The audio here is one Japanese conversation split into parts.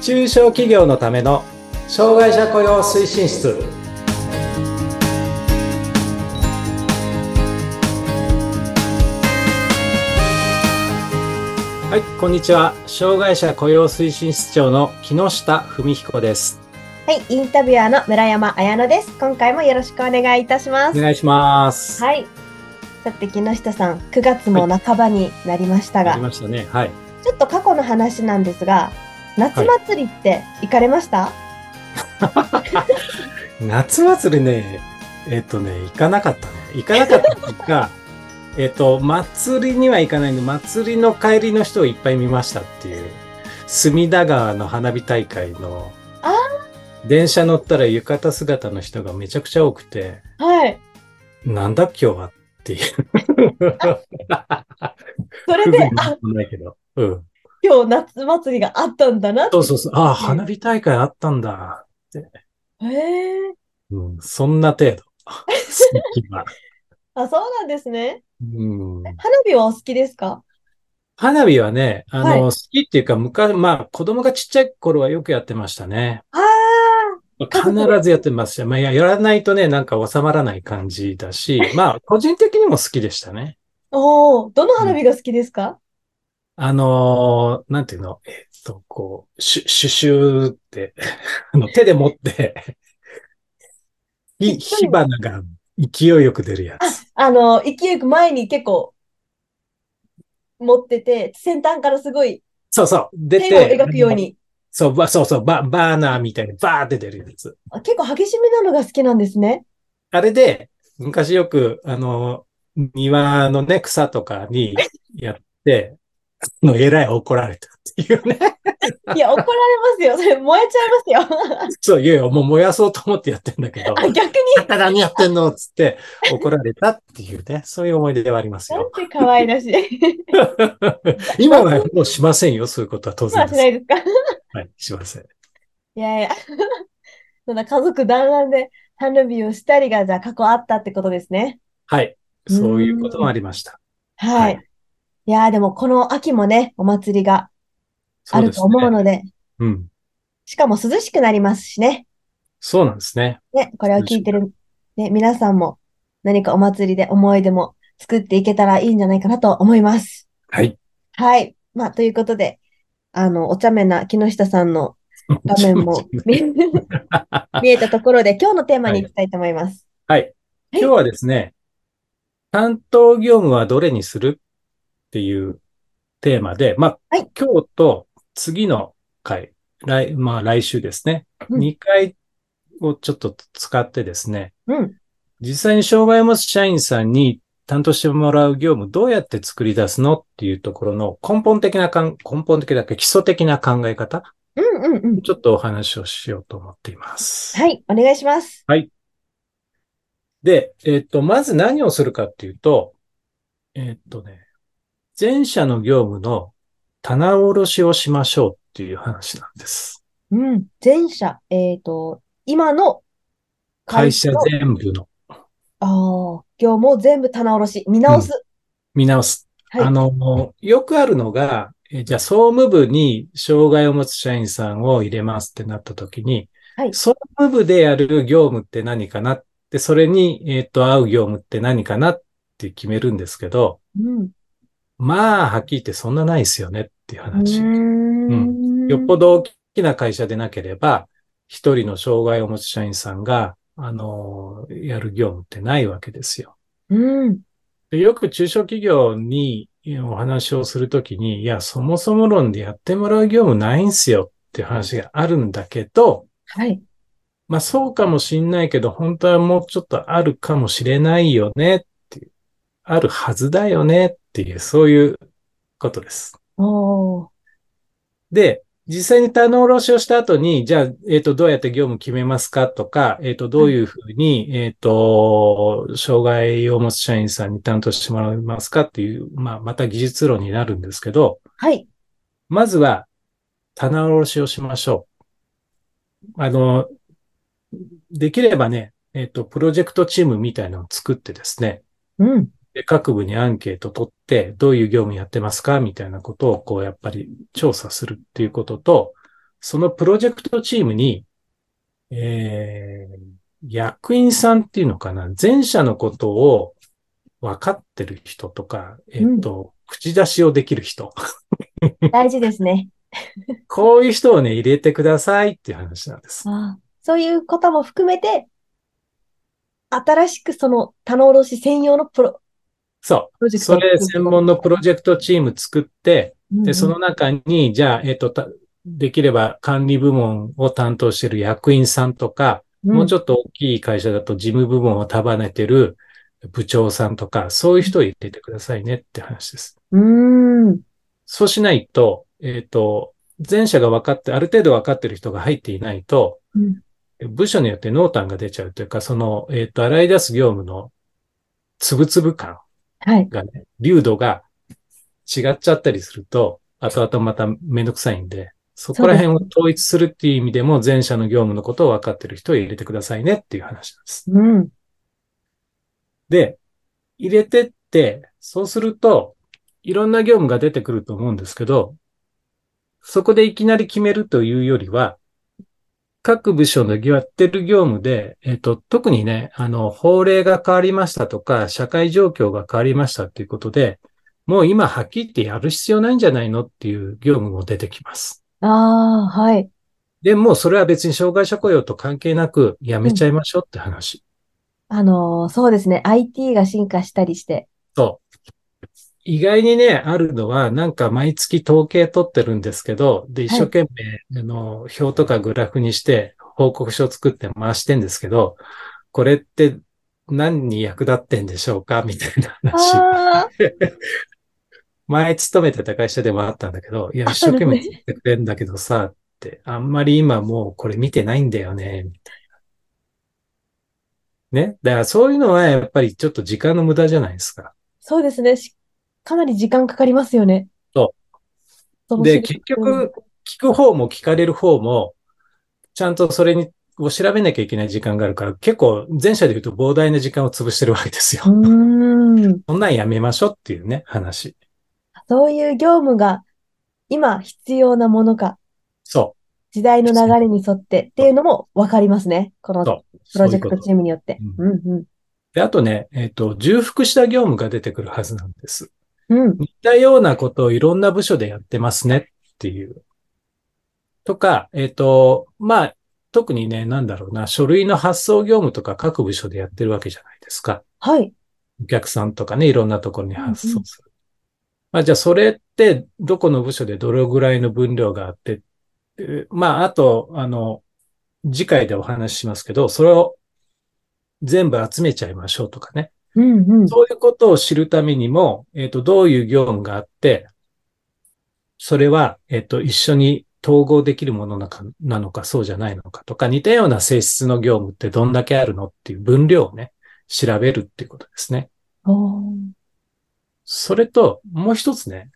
中小企業のための障害者雇用推進室はいこんにちは障害者雇用推進室長の木下文彦ですはい、インタビュアーの村山彩乃です。今回もよろしくお願いいたしまおす。願いしますはい。さて、木下さん、9月も半ばになりましたが、ありましたねはいちょっと過去の話なんですが、夏祭りって行かれました、夏祭りね、えっ、とね、行かなかったね。行かなかったっていう か、えっと、祭りには行かないんで、祭りの帰りの人をいっぱい見ましたっていう、隅田川の花火大会のあ、電車乗ったら浴衣姿の人がめちゃくちゃ多くて、はい。なんだ今日はっていう。 それ不便でに、あ、もないけど。うん。今日夏祭りがあったんだなってそうそうそう。ああ、花火大会あったんだ。へえ。うん。そんな 程度。好きは。あ、そうなんですね。うん。花火はお好きですか花火はね、あの、はい好きっていうか、昔、まあ、子供がちっちゃい頃はよくやってましたね。ああ、まあ家必族でずやってました。まあ、いや、やらないとね、なんか収まらない感じだし、まあ、個人的にも好きでしたね。おお、どの花火が好きですか、あのーなんていうの、えっと、こう、シュ、シュシューって、 あの、手で持って、火、火花が勢いよく出るやつ。あの、勢いよく前に結構持ってて、先端からすごいそうそう、出円をて、描くように。そう、ば、そうそう、ば、バーナーみたいにバーって出るやつ。あ結構激しめなのが好きなんですね。あれで、昔よく、あの、庭のね、草とかにやって、あの、えらい怒られたっていうね。 いや、怒られますよ。それ燃えちゃい ますよ。そう、いやいや、もう燃やそうと思ってやってんだけど、あ逆に、あんた 何やってんのっつって怒られたっていうね、そういう思い出ではありますなよん。て可愛らし い。 今はもうしませんよ、そういうことは当ま然あでしす。ないですか。いはい、しません。やいや。 そんな家族団らんで花火をしたりが、じゃあ過去あったってことですね。はい、そういうこともありました。は。はいいやーでもこの秋もね、お祭りがあそうるですと思ね。うので、うん、しかも涼しくなりますしね。そうなんですね。ね、これを聞いてる、ね、皆さんも何かお祭りで思い出も作っていけたらいいんじゃないかなと思います。はい。はい。まあ、ということで、あの、お茶目な木下さんの画面 も見 見えたところで、今日のテーマに行きたいと思います。はい。今日はですね、担当業務はどれにするっていうテーマで、まあ、はい今日と次の回、来、まあ来週ですね、うん2回をちょっと使ってですね、うん。実際に障害を持つ社員さんに担当してもらう業務どうやって作り出すのっていうところの根本的なかん、根本的だっけ基礎的な考え方、うんうんうん。ちょっとお話をしようと思っています。はい、お願いします。で、えっと、まず何をするかっていうと、えっとね、前者の業務の棚卸しをしましょうっていう話なんです。うん。前者、えっ、と、今の会会社社の全部のああ、業務を全部棚卸し、見直す。見直す。はい。あの、よくあるのが、えじゃあ総務部に障害を持つ社員さんを入れますってなった時に、はい総務部でやる業務って何かなって、それに、えっと、合う業務って何かなって決めるんですけど、うん。うまあ、はっきり言ってそんなないですよねっていう話。ーんよっぽど大きな会社でなければ、一人の障害を持つ社員さんが、あの、やる業務ってないわけですよ。うん。でよく中小企業にお話をするときに、いや、そもそも論でやってもらう業務ないんすよっていう話があるんだけど、はい。まあそうかもしんないけど、本当はもうちょっとあるかもしれないよねっていう、あるはずだよねっていう、そういうことです。おー。で、実際に棚卸しをした後に、じゃあ、えっ、と、どうやって業務決めますかとか、えっ、と、どういうふうに、えっ、と、障害を持つ社員さんに担当してもらいますかっていう、まあ、また技術論になるんですけど、はい。まずは、棚卸しをしましょう。あの、できればね、えっ、と、プロジェクトチームみたいなのを作ってですね、うん。えで、各部にアンケート取って、どういう業務やってますかみたいなことを、こう、やっぱり調査するっていうことと、そのプロジェクトチームに、えー、役員さんっていうのかな前者のことを分かってる人とか、えっ、と、口出しをできる人。大事ですね。こういう人をね、入れてくださいっていう話なんです。ああそういうことも含めて、新しくその棚卸し専用のプロ、そプロジう。ェクトそを作れる専門のプロジェクトチーム作って、うんうで、んその中に、じゃあ、えっ、と、たできれば管理部門を担当している役員さんとか、もうちょっょっと大きい会社だと事務部門を束ねてる部長さんとか、そういう人を入れてくださいねって話です。と。うん。そうしないと、えっ、と、前者が分かって、ある程度分かってる人が入っていないと、うん部署によって濃淡が出ちゃうというか、その、えっ、と、洗い出す業務のつぶつぶ感はい。がね、流度が違っちゃったりすると、後々まためんどくさいんで、そこら辺を統一するっていう意味でも、前者の業務のことを分かってる人を入れてくださいねっていう話なんです。うん。で、入れてって、そうすると、いろんな業務が出てくると思うんですけど、そこでいきなり決めるというよりは、各部署のやってる業務で、えっ、と、特にね、あの、法令が変わりましたとか、社会状況が変わりましたっていうことで、もう今はっきり言ってやる必要ないんじゃないのっていう業務も出てきます。ああ、はい。でも、それは別に障害者雇用と関係なく、やめちゃいましょうって話。あのーそうですね。IT が進化したりして。そう。意外にね、あるのは、なんか毎月統計取ってるんですけど、で、一生懸命、あの、表とかグラフにして、報告書を作って回してんですけど、これって何に役立ってんでしょうかみたいな話。ああ、前勤めてた会社でもあったんだけど、いや、あ一生懸なる命ほ作どってくれるんだけどさ、って、あんまり今もうこれ見てないんだよね、みたいな。ね。だからそういうのはやっぱりちょっと時間の無駄じゃないですか。そうですね。しかなり時間かかりますよね。そそので、仕結事局、聞く方も聞かれる方も、ちゃんとそれに、を調べなきゃいけない時間があるから、結構、前者で言うと膨大な時間を潰してるわけですよ。うーん。そんなんやめましょうっていうね、話。そういう業務が今必要なものか、そ時代の流れに沿ってっていうのもわかりますね。こう。のそう。プロそういジェうこクトとチームによって。ううんうで、あとね、えっ、と、重複した業務が出てくるはずなんです。ん。うん。似たようなことをいろんな部署でやってますねっていう。とか、えっ、と、まあ、特にね、なんだろうな、書類の発送業務とか各部署でやってるわけじゃないですか。はい。お客さんとかね、いろんなところに発送する。まあ、じゃあ、それって、どこの部署でどれぐらいの分量があって、えーまあ、あと、あの、次回でお話ししますけど、それを全部集めちゃいましょうとかね。うんうん。そういうことを知るためにも、えっ、と、どういう業務があって、それは、えっ、と、一緒に統合できるものなのか、なのか、そうじゃないのかとか、似たような性質の業務ってどんだけあるのっていう分量をね、調べるっていうことですね。おーそれと、もう一つね。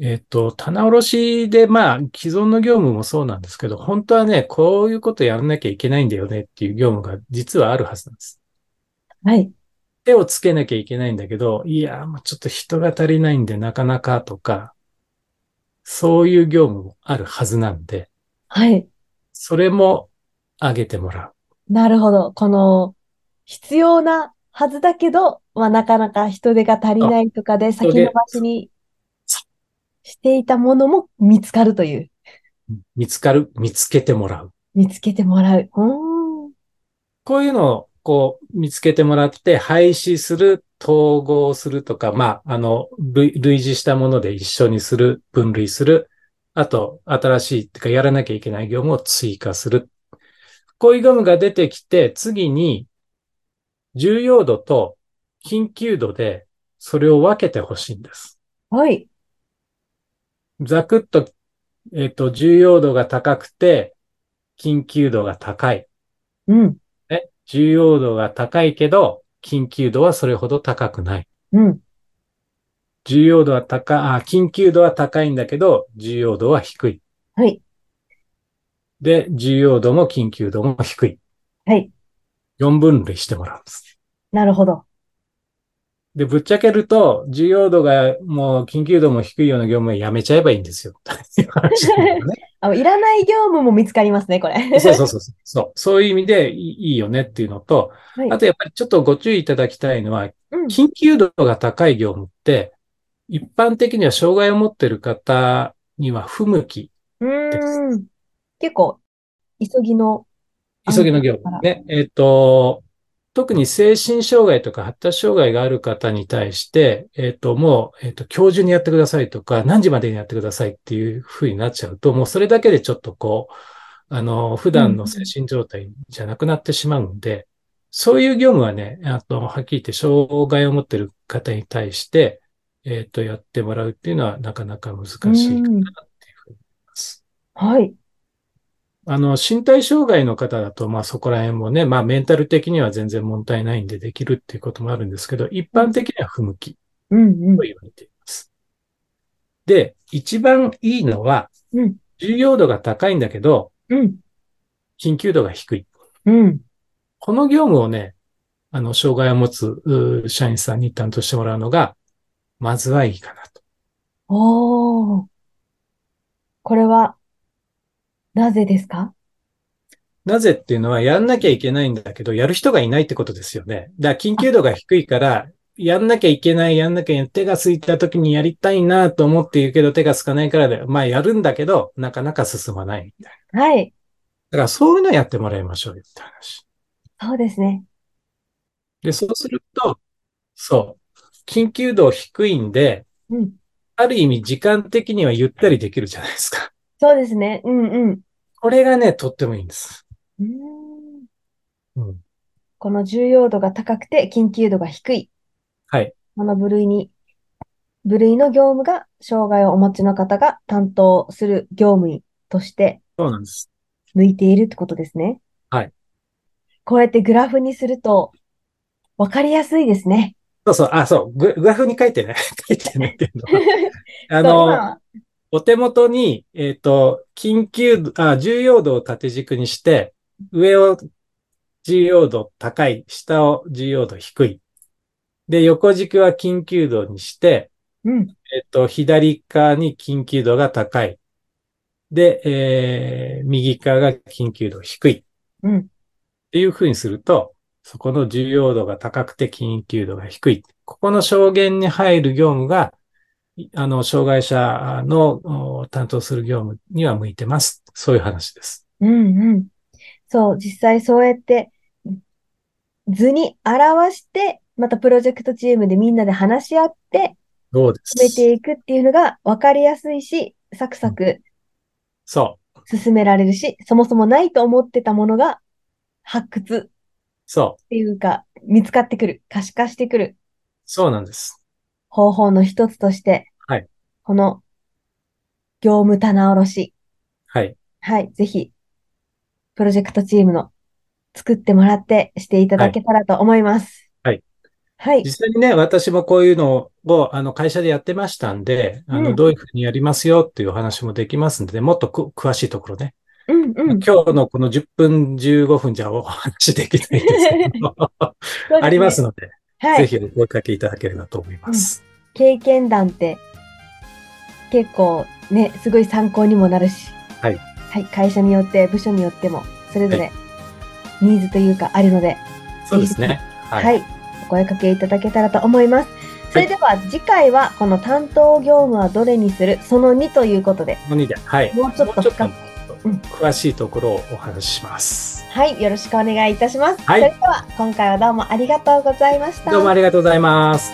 えっと、棚卸しで、まあ、既存の業務もそうなんですけど、本当はね、こういうことやらなきゃいけないんだよねっていう業務が実はあるはずなんです。はい。手をつけなきゃいけないんだけど、いやー、もうちょっと人が足りないんでなかなかとか、そういう業務もあるはずなんで、はい。それも上げてもらう。なるほど。この、必要なはずだけど、まあ、なかなか人手が足りないとかで手先延ばしにそしていたものも見つかるという。見つかる、見つけてもらう。見つけてもらう。うーん。こういうのをこう見つけてもらって廃止する、統合するとか、まあ、あの、類類似したもので一緒にする、分類する、あと、新しい、てか、やらなきゃいけない業務を追加する。こういう業務が出てきて、次に、重要度と緊急度で、それを分けてほしいんです。はい。ざくっと、えっ、と、重要度が高くて、緊急度が高い。うん。ね、重要度が高いけど、緊急度はそれほど高くない。うん。重要度は高、あ、緊急度は高いんだけど、重要度は低い。はい。で、重要度も緊急度も低い。はい。 4分類してもらうんです。なるほど。で、ぶっちゃけると、需要度がもう緊急度も低いような業務はやめちゃえばいいんです よ。っていう話なんだよねあのいらない業務も見つかりますね、これ。そうそうそうそう。そうそういう意味でいいいいよねっていうのと、はいあとやっぱりちょっとご注意いただきたいのは、 うん緊急度が高い業務って、一般的には障害を持っている方には不向き、うーん。結構、急ぎの。急ぎの業務ね。えっ、と、特に精神障害とか発達障害がある方に対して、えっ、と、もう、えっ、と、今日中にやってくださいとか、何時までにやってくださいっていうふうになっちゃうと、もうそれだけでちょっとこう、あの、普段の精神状態じゃなくなってしまうんで、そういう業務はね、あと、はっきり言って障害を持ってる方に対して、えっ、と、やってもらうっていうのはなかなか難しいかなっていうふうに思います。はい。あの、身体障害の方だと、まあそこら辺もね、まあメンタル的には全然問題ないんでできるっていうこともあるんですけど、一般的には不向きうんうんと。言われています。で、一番いいのは、うん重要度が高いんだけど、うん。緊急度が低い。うん。この業務をね、あの、障害を持つうー社員さんに担当してもらうのが、まずはいいかなと。おー。これは、なぜですかなぜっていうのは、やんなきゃいけないんだけど、やる人がいないってことですよね。だから、緊急度が低いから、やんなきゃいけない、やんなきゃ、手が空いた時にやりたいなと思って言うけど、手が空かないからで、まあ、やるんだけど、なかなか進まないみたいな。はい。だから、そういうのやってもらいましょうよって話。そうですね。で、そうすると、そう、緊急度低いんで、うん。ある意味、時間的にはゆったりできるじゃないですか。そうですね。うんうん。これがね、とってもいいんです。うーんうん。この重要度が高くて緊急度が低い。はい。この部類に、部類の業務が障害をお持ちの方が担当する業務員としてそうなんです。向いているってことですね。はい。こうやってグラフにすると分かりやすいですね。そうそう、あ、そう、ググラフに書いてね、 書いてねっていう のは。あそうの、まあお手元に、えっ、と、緊急度、あ、重要度を縦軸にして、上を重要度高い、下を重要度低い。で、横軸は緊急度にして、うん。えっ、と、左側に緊急度が高い。で、えー、右側が緊急度低い。っうん。ていう風にすると、そこの重要度が高くて緊急度が低い。ここの証言に入る業務が、いあの、障害者のお担当する業務には向いてます。そういう話です。うんうん。そう、実際そうやって図に表して、またプロジェクトチームでみんなで話し合ってそうで決めす。ていくっていうのが分かりやすいし、サクサクそう。進められるし、そもそもないと思ってたものが発掘そう。っていうか、見つかってくる、可視化してくるそうなんです。方法の一つとして、はいこの業務棚卸し、はい。はい、ぜひ、プロジェクトチームの作ってもらってしていただけたらと思います。はい。はい。実際にね、私もこういうのを、あの、会社でやってましたんで、あうの、んどういうふうにやりますよっていうお話もできますんで、もっとく詳しいところね。うんうん。 今日のこの10分15分じゃお話でき ないですけど、 ありますの。ので、はぜい。ひお声掛けいただければと思います。経験談って結構ね、すごい参考にもなるし、はいはい、会社によって部署によってもそれぞれニーズというかあるので、そうですね。はい、はい。お声掛けいただけたらと思います。それでは次回はこの担当業務はどれにするその2ということで、のにで、はい。もうちょっと深く、うん詳しいところをお話しします。はい、よろしくお願いいたします。はいそれでは今回はどうもありがとうございました。どうもありがとうございます。